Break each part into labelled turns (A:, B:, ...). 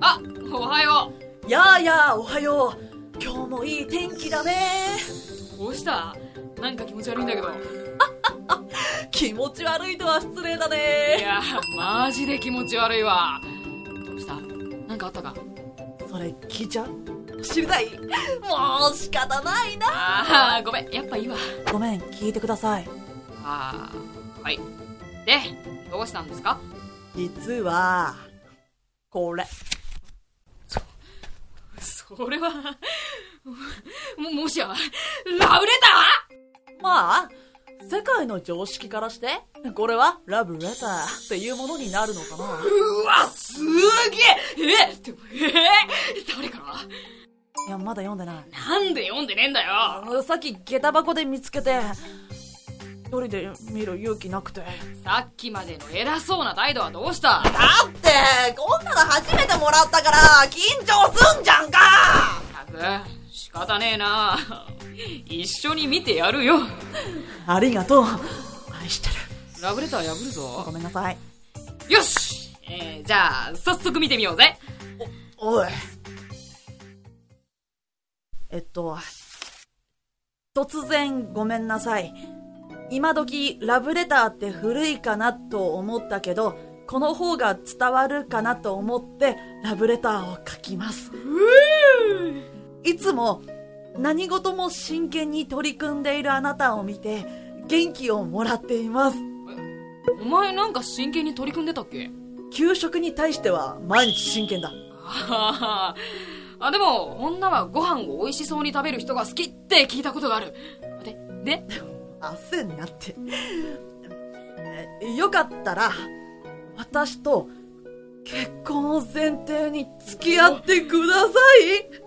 A: あおはよ
B: やあやあおはよう今日もいい天気だね
A: うどうしたなんか気持ち悪いんだけどい
B: 気持ち悪いとは失礼だね
A: やマジで気持ち悪いわどうしたなんかあったか
B: それ聞いちゃう知りたいもう仕方ないな
A: ああごめんやっぱいいわ
B: ごめん聞いてください
A: ああはいでどうしたんですか
B: 実はこれ
A: それは ももしやラブレター
B: まあ世界の常識からしてこれはラブレターっていうものになるのかな
A: うわすげええってえ誰から
B: いやまだ読んでない
A: なんで読んでねえんだよ
B: あさっき下駄箱で見つけて一人で見る勇気なくてだ
A: さっきまでの偉そうな態度はどうした
B: ってこんなの初めてもらったから緊張すんじゃんか
A: ったく仕方ねえな 一緒に見てやるよ
B: ありがとう愛してる
A: ラブレター破る
B: ご
A: ぞ
B: めんなさい
A: よし、えー、じゃあ早速見てみようぜ
B: おいえっと突然ごめんなさい今時ラブレターって古いかなと思ったけどこの方が伝わるかなと思ってラブレターを書きますいつも何事も真剣に取り組んでいるあなたを見て元気をもらっています
A: お前なんか真剣に取り組んでたっけ
B: 給食に対しては毎日真剣だ
A: あーあでも女はご飯を美味しそうに食べる人が好きって聞いたことがあるでで
B: 焦んなってえよかったら私と結婚を前提に付き合ってくださ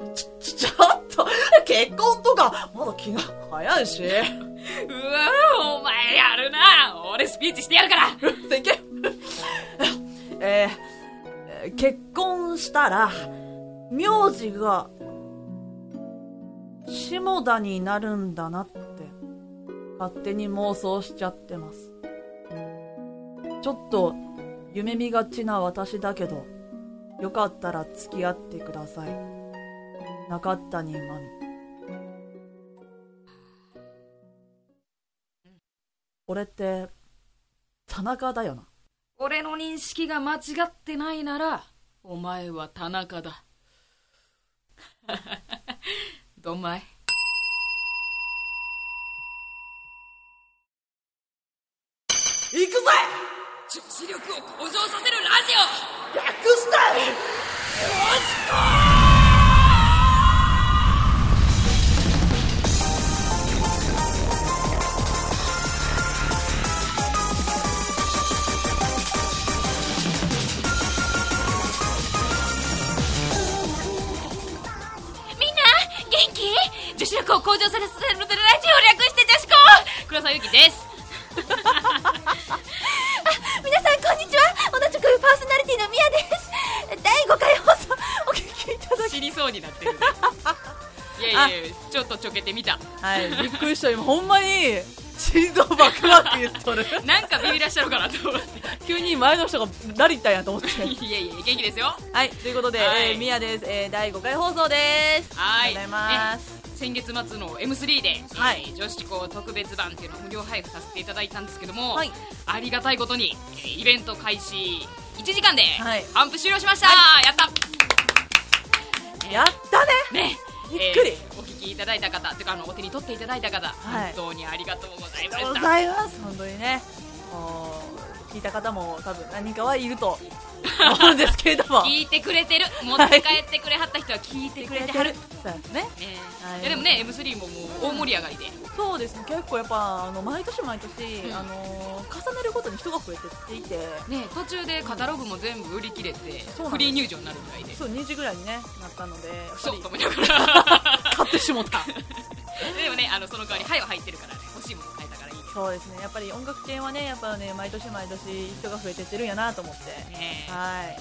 B: いちょちょちょっと結婚とかまだ気が早いし
A: うわお前やるな俺スピーチしてやるから
B: でけ えーえー結婚したら名字が下田になるんだなって勝手に妄想しちゃってますちょっと夢見がちな私だけどよかったら付き合ってください中谷真美これって田中だよな
A: 俺の認識が間違ってないならお前は田中だ どんまい
B: 行くぜ
A: 女子力を向上させるラジ
B: 略したい
A: オみんな元気女子力を向上させるラジオ略して女子校黒沢由紀 です
C: 皆さんこんにちは同じくパーソナリティのミヤです第5回放送お聞きいただき
A: 死にそうになってる いやいやいやちょっとちょけてみた
B: はいびっくりした今ほんまに心臓バクバク言っとる
A: なんかビビらっしゃるかなと思って
B: 急に前の人が誰言ったんやと思って
A: いやいや元気ですよ
B: はいということで、
A: はい
B: えー、ミヤです、えー、第5回放送です
A: はい
B: ありがとうございます、
A: 先月末の M3 で、
B: はい
A: えー女子校特別版っていうのを無料配布させていただいたんですけども、
B: はい
A: ありがたいことにえーイベント開始1時間で
B: はい
A: 頒布終了しました、やった
B: やったね
A: ね
B: びっくり
A: えーお聞きいただいた方というかあのお手に取っていただいた方、
B: は
A: 本
B: い
A: 当にありがとうござい
B: あ
A: ま
B: り
A: し
B: がとうご
A: た
B: ざいます本当にねもう聞いた方も多分何人かはいると思うんですけれども
A: 聞いてくれてる持って帰ってくれはった人は聞いてくれてはる、
B: そうですね
A: えー
B: はい
A: いやでもね M3 ももう大盛り上がりで
B: そうですね結構やっぱあの毎年毎年、
A: うん
B: あの重ねるごとに人が増えてっていて
A: ね途中でカタログも全部売り切れて
B: そうなんです
A: フリー入場になるぐらいで
B: そう2時ぐらいにねなったのでやっ
A: ク
B: ぱ
A: ソ
B: り
A: と思いながら
B: 買ってしもった
A: でもねあのその代わり「はい」は入ってるからね欲しいもの買えたからいいけ
B: そうですねやっぱり音楽系はねやっぱね毎年毎年人が増えてってるんやなと思って
A: どね
B: はい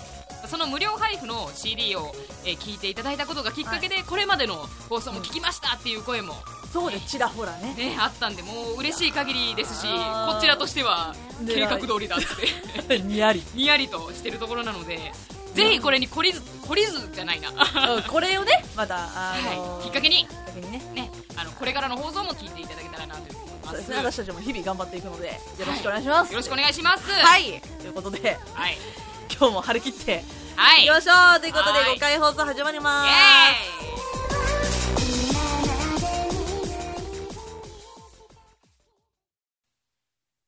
A: その無料配布の CD を、えー聞いていただいたことがきっかけで、これまでの放送も聞きましたっていう声も
B: そうでちらほらね
A: ね、あったんでもう嬉しい限りですし
B: あー
A: こちらとしては
B: 狙い
A: 計画通りだって
B: にやり、
A: にやりとしてるところなのでぜひこれに懲りず懲りずじゃないな、は
B: うん、これをねまだあの
A: い、
B: ー
A: きっかけに、
B: きっかけにね
A: ね、あのこれからの放送も聞いていただけたらなと思いま
B: そうですすね私たちも日々頑張っていくのでよろしくお願いします、
A: よろしくお願いします
B: はいいということで
A: はい、
B: 今日も張り切って
A: はいい、
B: きましょうということで
A: はい
B: 5回放送始まりま
A: イエーイ
B: す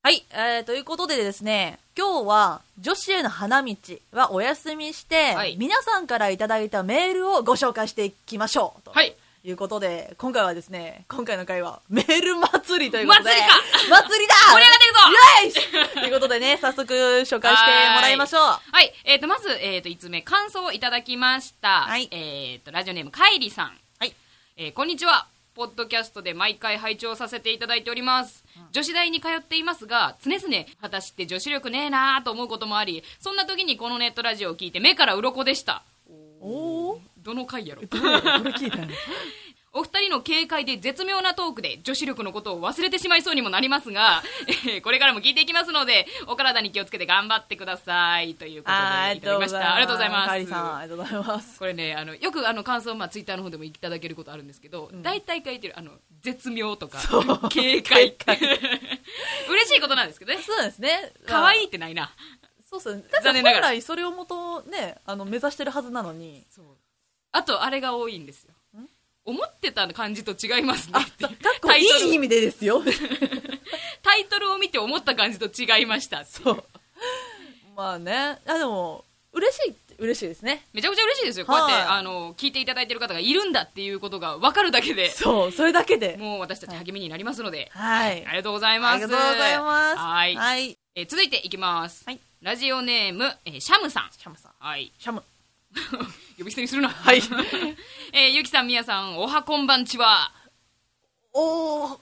B: はい、えー、ということでですね今日は女子への花道はお休みして、
A: はい
B: 皆さんからいただいたメールをご紹介していきましょうと
A: はい
B: いうことで今回はですね今回の回はメール祭りということで
A: 祭り
B: か祭りだ
A: 盛り上がってるぞ
B: イエーイということでね早速紹介してもらいましょう
A: はい、えー、とまず、えー、と5つ目感想をいただきました、
B: はい
A: えー、とラジオネームかいりさん、
B: はい
A: えーこんにちはポッドキャストで毎回拝聴させていただいております、女子大に通っていますが常々私って女子力ねえなあと思うこともありそんな時にこのネットラジオを聞いて目から鱗でした
B: おお
A: どの回やろ
B: これ聞いたの
A: お二人の軽快で絶妙なトークで女子力のことを忘れてしまいそうにもなります が、えーこれからも聞いていきますので、お体に気をつけて頑張ってください。ということで、いただきました。ありがとうございます。
B: かりさん、ありがとうございます。
A: これね、あの、よくあの感想、まあ、ツイッターの方でもいただけることあるんですけど、大体書いてる、あの、絶妙とか、 軽快って。嬉しいことなんですけどね。
B: そうですね。
A: 可愛
B: い。
A: いってないな。
B: そうですね。だって
A: 残念なが
B: 本
A: ら
B: 来それをもとね、あの、目指してるはずなのに。
A: そう。あと、あれが多いんですよ。思ってた感じと違いますね
B: あ、
A: ってい
B: か
A: う
B: っ こいい意味でですよ。
A: タイトルを見て思った感じと違いましたっていう
B: そう。 まあね。あ、でも、嬉しい、嬉しいですね。
A: めちゃくちゃ嬉しいですよ、こう
B: はい
A: やってあの聞いていただいてる方がいるんだっていうことが分かるだけで、
B: そう、それだけで。
A: もう私たち励みになりますので、
B: はい。
A: ありがとうございます。
B: ありがとうございます。
A: はい、
B: はい。
A: えー続いていきます、
B: はい
A: ラジオネーム、えーシャムさん。
B: シャムさん。
A: はい。
B: シャム。
A: 呼び捨てにするな。はい。 えーゆきさん、みやさん、おはこんばんちは。
B: おー、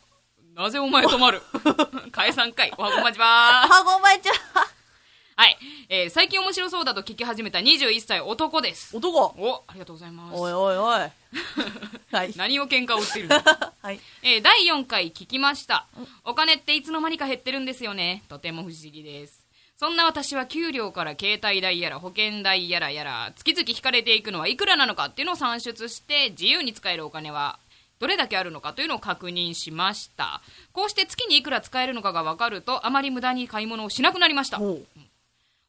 A: なぜお前止ま る解散かい。おはこんばんちは。
B: ハゴマイちゃん。
A: はい。えー最近面白そうだと聞き始めた21歳男です。
B: 男。
A: お、ありがとうございます。
B: おいおいおい。 はい。
A: 何を喧嘩を売ってるの
B: はい。
A: えー第4回聞きましたお金っていつの間にか減ってるんですよねとても不思議ですそんな私は給料から携帯代やら保険代やらやら月々引かれていくのはいくらなのかっていうのを算出して自由に使えるお金はどれだけあるのかというのを確認しましたこうして月にいくら使えるのかが分かるとあまり無駄に買い物をしなくなりました
B: おう。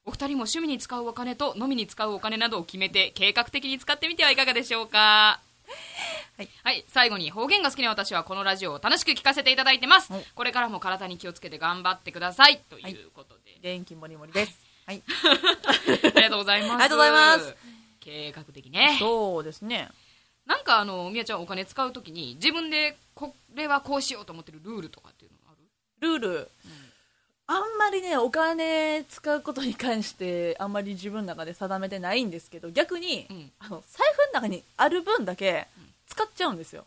A: お二人も趣味に使うお金と飲みに使うお金などを決めて計画的に使ってみてはいかがでしょうか
B: はい、
A: 最後に方言が好きな私はこのラジオを楽しく聞かせていただいてます
B: はい
A: これからも体に気をつけて頑張ってくださいということで、
B: 元気もりもりです。はい。
A: ありがとうございます
B: ありがとうございます
A: 計画的ね
B: そうですね。
A: なんかあのみやちゃんお金使うときに自分でこれはこうしようと思ってるルールとかっていうのある
B: ルール、あんまりねお金使うことに関してあんまり自分の中で定めてないんですけど逆に、
A: うん
B: あの財布の中にある分だけ使っちゃうんですよ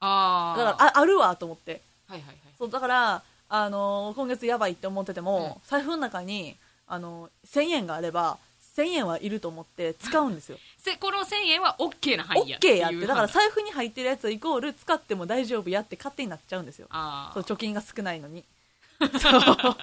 A: あ
B: だ
A: あ
B: からああるわと思って
A: はいはいはい
B: そうだから、あのー今月やばいって思ってても、財布の中に、あのー1000円があれば1000円はいると思って使うんですよ
A: せこの1000円 は OK な範囲や
B: OK やって
A: いう
B: だから
A: 判断
B: 財布に入ってるやつイコール使っても大丈夫やって勝手になっちゃうんですよ
A: あ
B: そ
A: ー
B: う貯金が少ない のにそう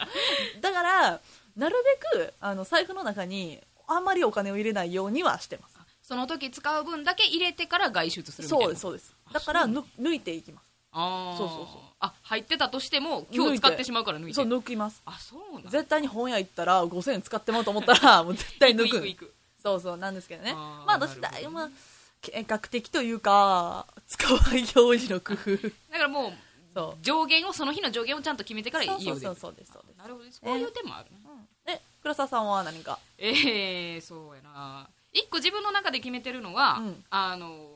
B: だからなるべくあの財布の中にあんまりお金を入れないようにはしてます
A: その時使う分だけ入れてから外出するみたいな
B: そうですそうですだからぬ抜いていきます
A: あー
B: そうそうそう
A: あ入ってたとしても今日使ってしまうから抜いて
B: そう抜きます
A: あそうなんだ
B: 絶対に本屋行ったら5000円使ってもらうと思っ たらもう絶対抜
A: 行
B: く
A: く行く行く
B: そうそうなんですけどね
A: あー
B: まあ私
A: なる
B: だ
A: ほど
B: いぶまあ計画的というか使わないようにの工夫
A: だからもう
B: そう
A: 上限をその日の上限をちゃんと決めてから家を出
B: そう
A: る
B: そうそうですそうです
A: なるほどですこういう手もあるね
B: え倉沢さんは何か
A: えー、そうやな一個自分の中で決めてるのは、
B: うん
A: あの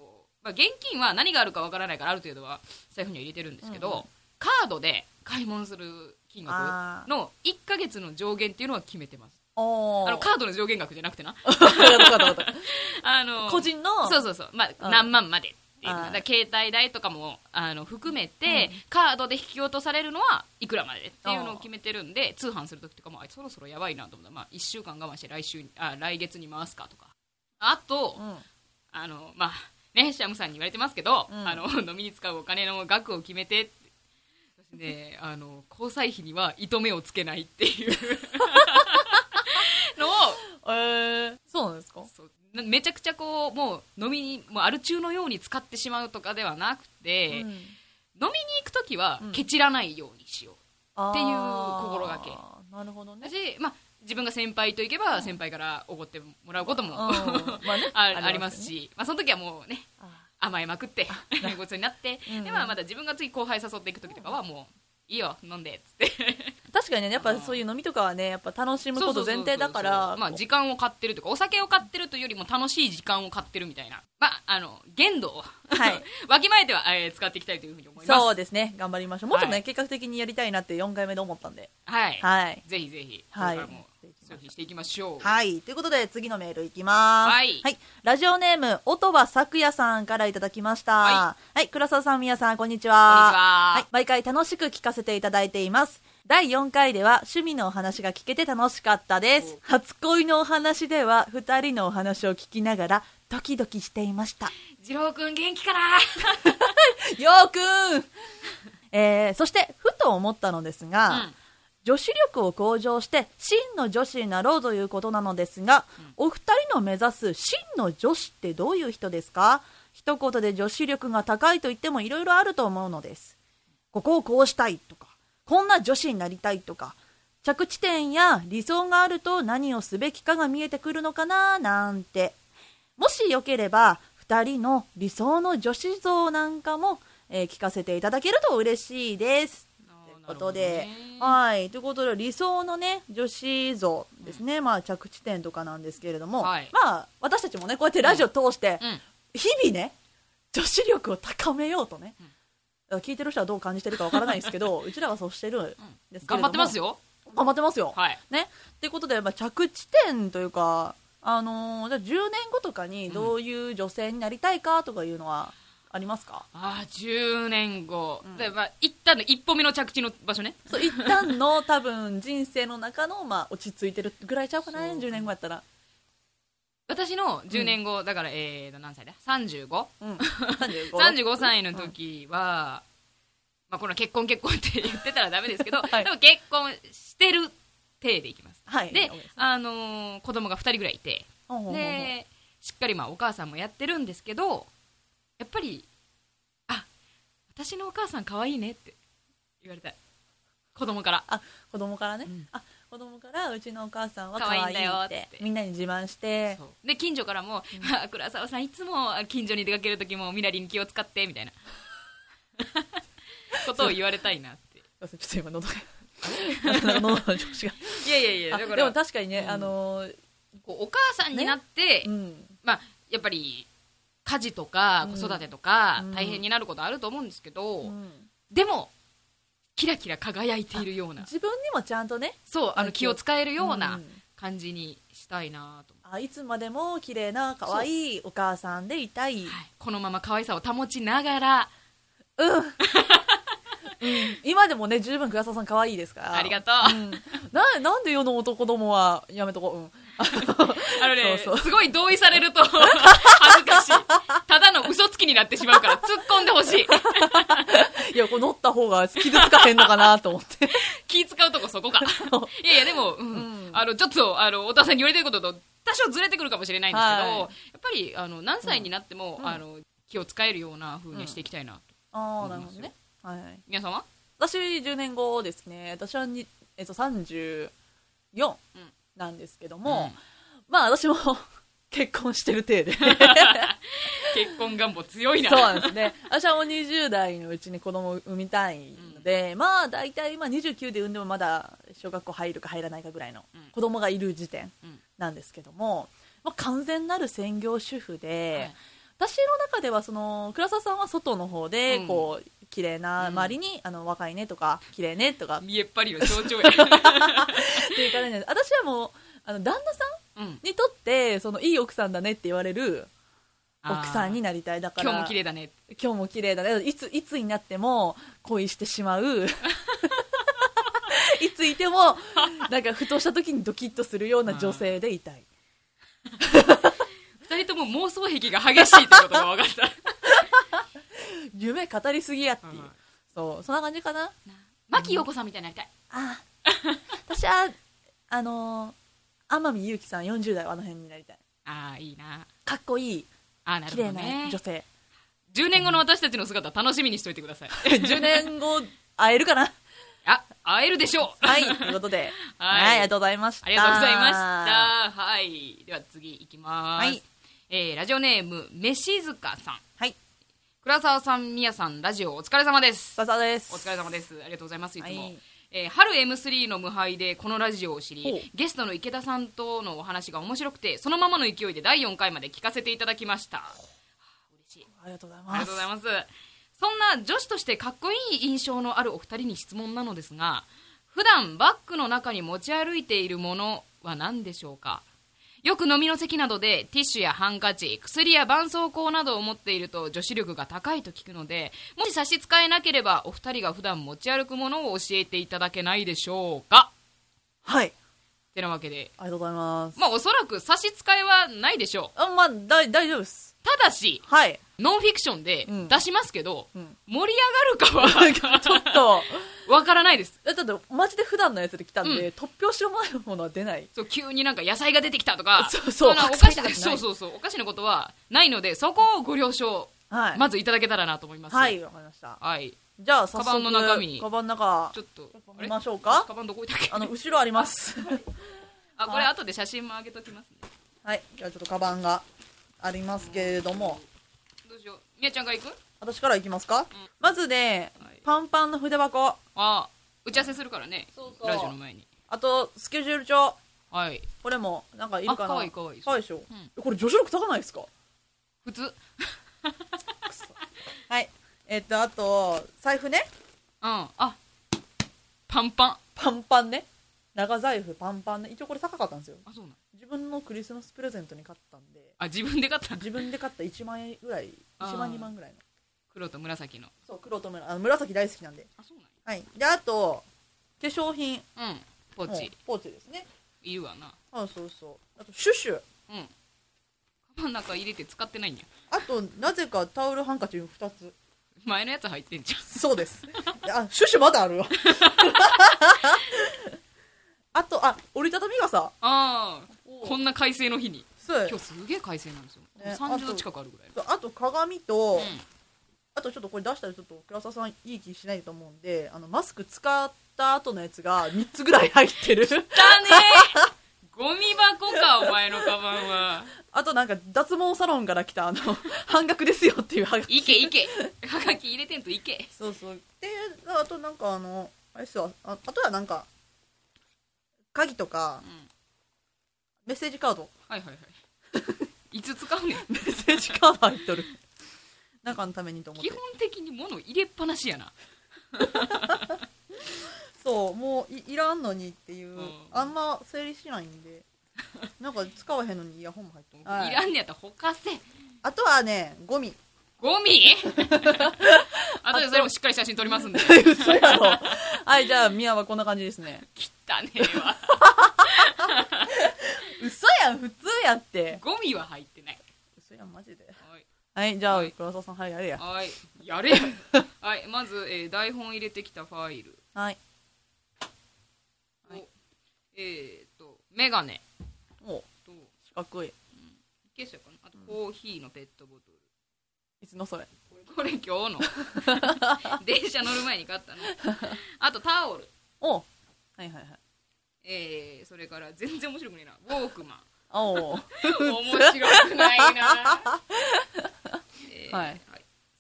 A: まあ、現金は何があるかわからないからある程度は財布には入れてるんですけど、
B: うんうん
A: カードで買い物する金
B: あ
A: 額の1ヶ月の上限っていうのは決めてます
B: お
A: あの
B: ー
A: カードの上限額じゃなくてな
B: わかったわかったわかっ
A: あの
B: た個人の
A: そうそうそう、まあ、
B: うん
A: 何万までっていうの
B: あ
A: だ
B: ー
A: から携帯代とかもあの含めて、カードで引き落とされるのはいくらまでっていうのを決めてるんで通販するときとかもあそろそろやばいなと思ったら、まあ、1週間我慢して来週にあ来月に回すかとかあと、
B: うん
A: あのまあね、シャムさんに言われてますけど、
B: うん
A: あの、 飲みに使うお金の額を決めてって、で、あの、交際費には糸目をつけないっていう のを、
B: えー、そうなんですか
A: そうなめちゃくちゃこう、もう飲みに、もうアル中のように使ってしまうとかではなくて、飲みに行くときは
B: うん、
A: ケチらないようにしよう。っていう心がけ
B: けなるほどね
A: だし、まあ、自分が先輩と行けば、先輩からおごってもらうことも、
B: うんまあね
A: あ
B: ありますよね
A: ありますし、まあ、その時はもうね、
B: あ
A: 甘えまく って、ごちそうになって、
B: うん
A: でまあ、まだ自分が次後輩誘っていく時とかはもう、いいよ、飲んで、っつって。
B: 確かにねやっぱそういう飲みとかはねやっぱ楽しむ
A: そ
B: こ
A: うそ
B: と
A: うそう
B: 前
A: そう
B: 提だから
A: まあ、時間を買ってるとか、お酒を買ってるというよりも楽しい時間を買ってるみたいな。まあ、あの、限度を、
B: はい、
A: わきまえては、えー使っていきたいというふうに思います。
B: そうですね頑張りましょうもうちょっとね、
A: はい
B: 計画的にやりたいなって4回目で思ったんで
A: はい。
B: はい
A: ぜひぜひ、
B: はい
A: これからも、消費していきましょう。
B: はいということで次のメールいきます
A: はい
B: ラジオネーム音羽咲也さんからいただきましたは、
A: はい
B: 倉沢さん皆さんこんにち
A: こんに
B: は
A: ちは。
B: はい、毎回楽しく聞かせていただいています第4回では趣味のお話が聞けて楽しかったです
A: お
B: 初恋のお話では2人のお話を聞きながらドキドキしていました
A: 次郎くん元気かな
B: よーくん、えー、そしてふと思ったのですが、
A: うん
B: 女子力を向上して真の女子になろうということなのですが、お二人の目指す真の女子ってどういう人ですか一言で女子力が高いと言ってもいろいろあると思うのですここをこうしたいとかこんな女子になりたいとか着地点や理想があると何をすべきかが見えてくるのかななんてもしよければ2人の理想の女子像なんかも、えー聞かせていただけると嬉しいです。ということで、
A: あ
B: はい、ということで理想のね女子像ですね、まあ着地点とかなんですけれども、
A: はい
B: まあ私たちもねこうやってラジオ通して
A: ーなるほどね
B: 日々ね女子力を高めようとね、聞いてる人はどう感じてるかわからないですけどうちらはそうしてるん
A: うんう
B: で
A: ん
B: すけれど
A: 頑
B: も
A: 張ってますよ。
B: 頑張ってますよ、
A: はい。
B: ね。ってことで、まあ、着地点というか、あのーじゃあ10年後とかにどういう女性になりたいかとかいうのはありますか、
A: ああ、10年後
B: うん。
A: で、まあ、一旦の一歩目の着地の場所ね。
B: そう一旦の多分人生の中の、まあ、落ち着いてるぐらいちゃうかな
A: そう
B: 10年後やったら、
A: 私の10年後、だから、えーと、何歳だ ?35?35
B: うん、35,
A: 歳の時は、まあ、この結婚結婚って言ってたらダメですけど、
B: はい
A: 多分結婚してる体でいきます。
B: はい
A: で
B: お願いし、
A: あのー子供が2人ぐらいいて、
B: ほうほうほう
A: でしっかりまあお母さんもやってるんですけどやっぱりあ私のお母さん可愛いねって言われたい子供から
B: あ子供からね、
A: うん
B: あ子供からうちのお母さんは可
A: 可
B: 愛
A: 愛いん
B: いって
A: だよって
B: みんなに自慢して
A: そうで近所からも「あ倉沢さんいつも近所に出かける時もみなりに気を使って」みたいな ことを言われたいなって
B: すいませんちょっと今 喉が喉の調子が
A: いやいやいや
B: あ
A: だか
B: でも
A: ら
B: 確かにね、
A: うん
B: あのー
A: こうお母さんになって、
B: うん
A: まあやっぱり家事とか
B: うん
A: 子育てとか
B: うん
A: 大変になることあると思うんですけど、
B: うん
A: でもキラキラ輝いているような
B: 自分にもちゃんとね
A: そうあの気を使えるよう
B: う
A: なん感じにしたいなと思
B: あいつまでも綺麗な可愛いお母さんでいたい、
A: う、はい、このまま可愛さを保ちながら
B: うんうん今でもね十分倉沢さん可愛いですから
A: ありがとう
B: うん、ななんで世の男どもはやめとこう、うん、
A: あのね
B: そうそう
A: すごい同意されると恥ずかしいただの嘘つきになってしまうから突っ込んでほしい
B: いやこれ乗った方が傷つかへんのかなと思って
A: 気使うとこそこか
B: そう
A: いやいやでも、うん
B: うん
A: あのちょっとあのお父さんに言われてることと多少ずれてくるかもしれないんですけど、
B: はい
A: やっぱりあの何歳になっても、
B: うん
A: あの気を使えるような風にはしていきたいなと、
B: ああなるほどね、はい、
A: 皆さんは
B: 私10年後ですね私はに、えっと、34なんですけども、まあ私も 結婚してる 体で
A: 結婚願望強いな
B: そうなんですね。私はもう20代のうちに子供を産みたいので、まあ大体まあ29で産んでもまだ小学校入るか入らないかぐらいの
A: うん
B: 子供がいる時点
A: うん
B: なんですけども、まあ、完全なる専業主婦で、
A: はい
B: 私の中ではその倉沢さんは外の方で
A: うん
B: こう、綺麗な周りに、あの若いねとか綺麗ねとかっ
A: 見えっ張りの象 徴や、
B: ていう感じなんです私はもうあの旦那さ
A: うん、
B: んにとってそのいい奥さんだねって言われる 奥さんになりたいだから
A: 今日も綺麗だね
B: 今日も綺麗だねいついつになっても恋してしま ういついてもなんかふとした時にドキッとするような女性でいたい
A: 二人ともも妄想癖が激しいってことが分か った。
B: 夢語りすぎやっていう、
A: うん
B: そうそんな感じかな
A: 牧陽子さんみたいになりたい。
B: あ 私はあのー天海祐希さん40代はあの辺になりたい
A: ああ、いいな。
B: かっこいい
A: ああ、なるほ
B: 綺麗
A: ど
B: な
A: ね
B: 女。 性、
A: 10年後の私たちの姿楽しみにしといてください。
B: 10年後会えるかな
A: あ、会えるでしょう。
B: はいということで、
A: はい
B: ありがとうございました
A: ありがとうございました。はい。では次いきます。
B: はい
A: えー、ラジオネーム、めしずかさん。
B: はい
A: 倉沢さん、みやさん、ラジオお疲れ様です。
B: ささです
A: お疲れ様です。ありがとうございます。いつも。
B: はい
A: えー春 M3 の無敗でこのラジオを知
B: ほう
A: りゲストの池田さんとのお話が面白くてそのままの勢いで第4回まで聞かせていただきました嬉しい
B: ありがとうござい
A: ありが
B: ます
A: とうございますそんな女子としてかっこいい印象のあるお二人に質問なのですが普段バッグの中に持ち歩いているものは何でしょうかよく飲みの席などでティッシュやハンカチ薬や絆創膏などを持っていると女子力が高いと聞くのでもし差し支えなければお二人が普段持ち歩くものを教えていただけないでしょうか
B: はい
A: てなわけで
B: ありがとうございます
A: まあおそらく差し支えはないでしょう
B: あまあだい大丈夫です
A: ただし
B: はい
A: ノンフィクションで出しますけど、
B: うん
A: 盛り上がるかは
B: ちょっと
A: わからないです。
B: えだってマジで普段のやつで来たんで、
A: う
B: 突拍子のないものは出ない
A: そう急になんか野菜が出てきたとか、
B: そうそうん
A: なおかし
B: 白菜がない
A: なそうそうそうおかしなことはないので、そこをご了承、
B: はい、
A: まずいただけたらなと思います。
B: は。いわかりました
A: はい。
B: じゃあ早速
A: カバンの中身
B: カバンの中
A: ちょっと、あ
B: 見
A: れ
B: ましょうか
A: カバンどこ置いたっけ
B: あの後ろあります
A: あ、これ後で写真も上げときますね。
B: はいじゃあちょっとカバンがありますけれども
A: どうしよう。みやちゃんが行く
B: 私からいきますか、まずね、
A: はい
B: パンパンの筆箱
A: ああ、打ち合わせするからね。
B: そうそう
A: ラジオの前に。
B: あとスケジュール帳
A: はい。
B: これもなんかいるかな
A: あかわいいかわいい
B: かわいいでしょ、
A: ん
B: これ女子力高ないですか
A: 普通。うん。
B: はいえっとあと財布ね
A: あ、パンパン。
B: パンパンね長財布パンパンね一応これ高かったんですよ
A: あ、そうなん。
B: 自分のクリスマスプレゼントに買ったんで
A: あ、自分で買った。
B: 自分で買った1万円ぐらい
A: あー
B: 1万2万ぐらいの
A: 黒と紫の。
B: そう黒と紫あの紫大好きなんで
A: あ、そうなんや
B: はいであと化粧品
A: うん、ポー
B: もう
A: チ、
B: ポーチですね
A: いるわな。
B: あそうそうあとシュシュ
A: うん。カバンの中入れて使ってないんや。
B: あとなぜかタオルハンカチ2つ
A: 前のやつ入ってんじゃん。
B: そうです あシュシュまだあるわ あとあ折りたたみ傘
A: ああ、こんな快晴の日に。
B: そう
A: 今日すげえ快晴なんですよ。
B: ね
A: 30度近くあるぐらいの。
B: あと鏡と、
A: うん。
B: あとちょっとこれ出したらちょっと倉沢さんいい気しないと思うんであのマスク使った後のやつが3つぐらい入っ てる
A: だねーゴミ箱か、お前のカバンは。
B: あとなんか脱毛サロンから来たあの半額ですよっていうはが
A: いけいけ。はがき入れてんといけ。
B: そうそうであとなんかあのあれっすわああとはなんか鍵とか
A: うん。
B: メッセージカード
A: はいはいはい。いつ使 うねん。
B: メッセージカード入っとる 中のためにと思っ
A: 基
B: て
A: 本的に物入れっぱなしやな。
B: そうもういいらんのにっていう、
A: うん
B: あんま整理しないん でなんか使わへんのにイヤホンも入っとる、はい
A: いらんねやったらほかせ。
B: あとはねゴミ
A: ゴ ミあとでそれもしっかり写真撮りますんで。
B: 嘘やろ はいじゃあミヤはこんな感じですね
A: 切ったねえわ。
B: 嘘やん普通やって
A: ゴミは入ってない。
B: 嘘やんマジで
A: はい。
B: はいじゃあ、
A: はい
B: 黒沢さんはいやれや
A: はい。や れはい。まず、えー台本入れてきたファイル。
B: はい
A: はい、えっ、と、メガネ
B: お
A: と、
B: 四角い
A: ケースやかな。あと、コーヒーのペットボトル。
B: いつのそれ
A: これ今日の。 電車乗る前に買ったの。あと、タオル。
B: おはいはいはい
A: えー、それから、全然面白くねえな。ウォークマン。
B: おお
A: 面白くないな。えー
B: はい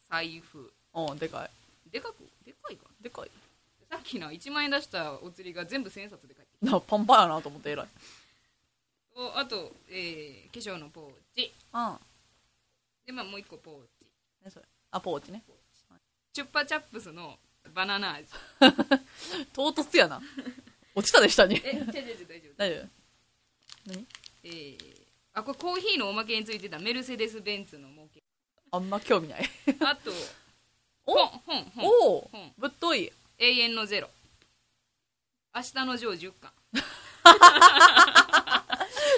A: 財布。
B: おおでか
A: でかく、でかいかな。
B: いでかい
A: さっきの1万円出したお釣りが全部1000円札で返ってきた
B: なパンパンやなと思って偉い
A: おあと、えー化粧のポーチ
B: うん
A: で、まあ、もう一個ポーチ
B: ねそれあポーチね
A: チュッパチャップスのバナナ味
B: 唐突 やな落ちたで下に
A: え違う違う違う大丈夫
B: 大丈夫何
A: えー、あこれコーヒーのおまけについてたメルセデス・ベンツの模型
B: あんま興味ない
A: あと
B: お
A: 本本本
B: おお
A: 本
B: ぶっとい
A: 永遠のゼロ明日のジョー10巻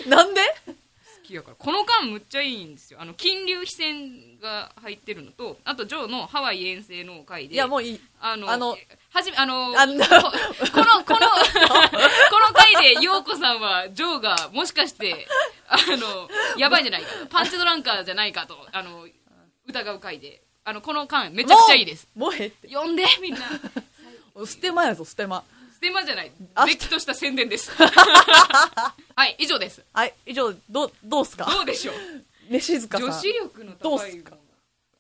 B: なんで
A: 好きやからこの間むっちゃいいんですよあの金龍飛線が入ってるのとあとジョーのハワイ遠征の回で
B: いや、もういい。
A: あの
B: あの
A: はじめあの
B: あの
A: ここのこのこの回で陽子さんはジョーがもしかしてあのやばいんじゃないかパンチドランカーじゃないかとあの疑う回であのこの間めちゃくちゃいいです
B: もう。もうええって。
A: 読んでみんな
B: ステマやぞ、ステマ。
A: ステマじゃない
B: あ
A: れっきとした宣伝ですはい以上です
B: はい、以上、どう、どうすか
A: どうでしょう
B: ね、静香さん。
A: 女子力の
B: どう
A: 高い
B: す
A: も
B: か
A: の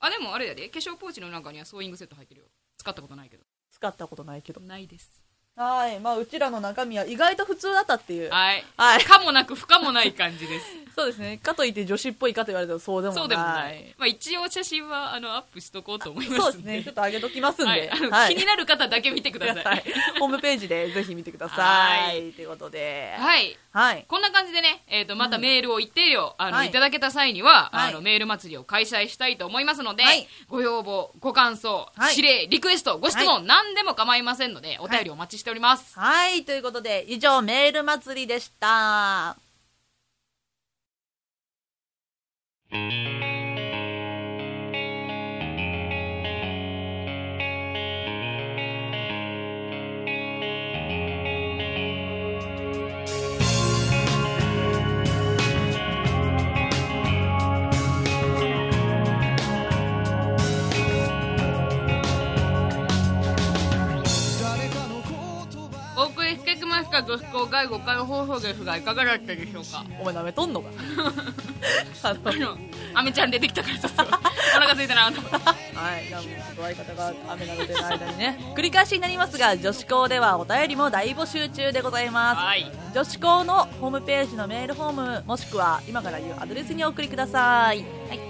A: あでもあれやで化粧ポーチの中にはソーイングセット入ってるよ使ったことないけど
B: 使ったことないけど。
A: ないです
B: はい、まあ、うちらの中身は意外と普通だったっていう。
A: はい、
B: はい
A: かもなく不可もない感じです
B: そうですね。かといって女子っぽいかと言われたらそうでもない。
A: そうでもない、まあ、一応写真はあのアップしとこうと思います
B: そうですね。ちょっと上げときますんで。
A: はいあの気になる方だけ見てください
B: は
A: はいい、
B: ホームページでぜひ見てくださ。
A: はい
B: ということで。はい。
A: こんな感じでね、えー、とまたメールを一定量、あの
B: はい
A: い、ただけた際には、
B: はい
A: あのメール祭りを開催したいと思いますので、
B: はい
A: ご要望ご感想、
B: はい
A: 指令リクエストご質問、
B: は
A: 何でも構いませんのでお便りお待ちしております、
B: はい。ということで、以上、メール祭りでした。
A: お送りしてきましたご不公開5回放送ですがいかがだったでしょうか
B: お前舐めと んのかあの
A: あのアメちゃん出てきたからちょっとお腹空いたな と思って
B: はい、じゃあもうちょっと相方が雨なのでの間にね繰り返しになりますが女子校ではお便りも大募集中でございます、
A: はい
B: 女子校のホームページのメールフォームもしくは今から言うアドレスにお送りください、はい、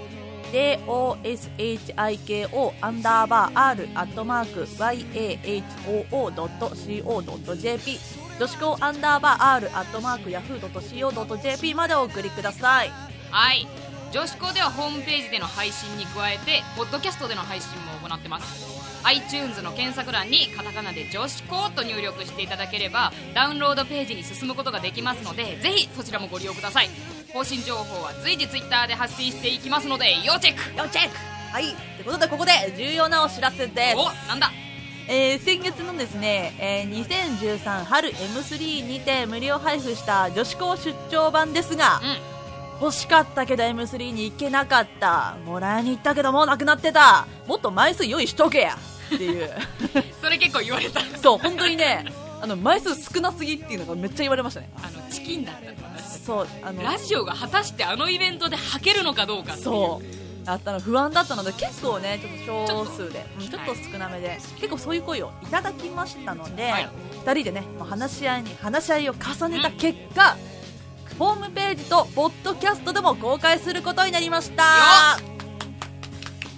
B: joshiko アンダーバー r アットマーク yahoo.co.jp 女子校アンダーバー r アットマーク yahoo.co.jp までお送りください
A: はい女子校ではホームページでの配信に加えてポッドキャストでの配信も行ってます iTunes の検索欄にカタカナで「女子校」と入力していただければダウンロードページに進むことができますのでぜひそちらもご利用ください更新情報は随時 Twitter で発信していきますので要チェック
B: 要チェックはいということでここで重要なお知らせです
A: おなんだ
B: えー先月のですね、えー2013春 M3 にて無料配布した女子校出張版ですが
A: うん
B: 欲しかったけど M3 に行けなかったもらいに行ったけどもうなくなってたもっと枚数用意しとけやっていう
A: それ結構言われた
B: そう本当にねあの枚数少なすぎっていうのがめっちゃ言われましたね
A: あのチキンだったの私
B: そうあの
A: ラジオが果たしてあのイベントで履けるのかどうかっていう
B: そうあったの不安だったので結構ねちょっと少数でうん
A: ち
B: ち
A: ょ
B: ょ
A: っ
B: っ
A: と
B: と少なめで、結構そういう声をいただきましたので、
A: はい
B: 2人でねもう話し合いに話し合いを重ねた結果、ホームページとポッドキャストでも公開することになりました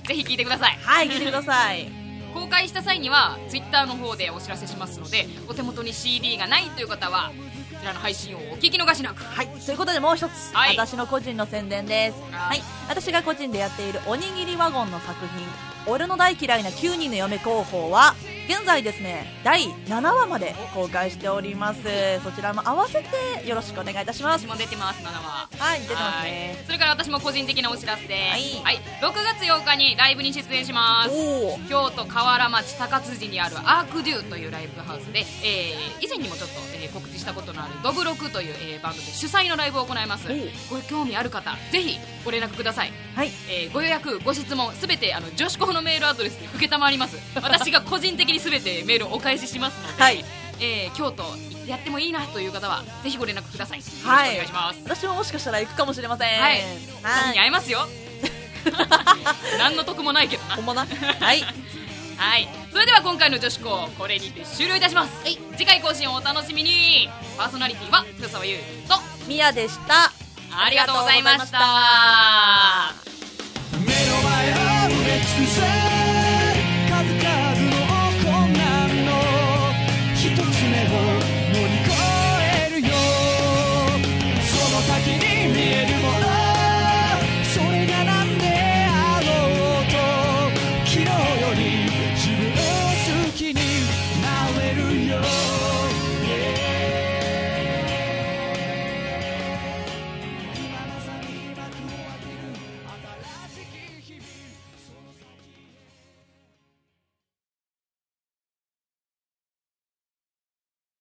A: ぜひ聞いてください
B: はい聞いてください
A: 公開した際にはツイッターの方でお知らせしますのでお手元に CD がないという方はこちらの配信をお聞き逃しなく
B: はいということでもう一つ、
A: はい
B: 私の個人の宣伝です
A: は
B: はいい私が個人でやっているおにぎりワゴンの作品「俺の大嫌いな9人の嫁候補は」現在ですね第7話まで公開しておりますそちらも合わせてよろしくお願いいたします
A: 私も出てます7は
B: はい出てますね
A: はいそれから私も個人的なお知らせで
B: い
A: はい、6月8日にライブに出演します
B: おお
A: 京都河原町高辻にあるアークデューというライブハウスで、えー以前にもちょっと、えー告知したことのあるドブロクという、えーバンドで主催のライブを行います
B: おう
A: ご興味ある方ぜひご連絡ください
B: はい
A: えーご予約ご質問すべてあの女子校のメールアドレスに承ります私が個人的にすべてメールをお返ししますので、
B: はい
A: えー京都やってもいいなという方はぜひご連絡ください、
B: はい
A: よろしくお願いします
B: 私ももしかしたら行くかもしれません
A: はい
B: は
A: に
B: い
A: 会えますよ何の得もないけどな
B: ほんまなはい
A: はいそれでは今回の女子校これにて終了いたします、次回更新をお楽しみにパーソナリティは黒沢優と
B: みやでした
A: ありがとうございました
D: 目の前を埋め尽くせ数々の困難の一つ目を乗り越え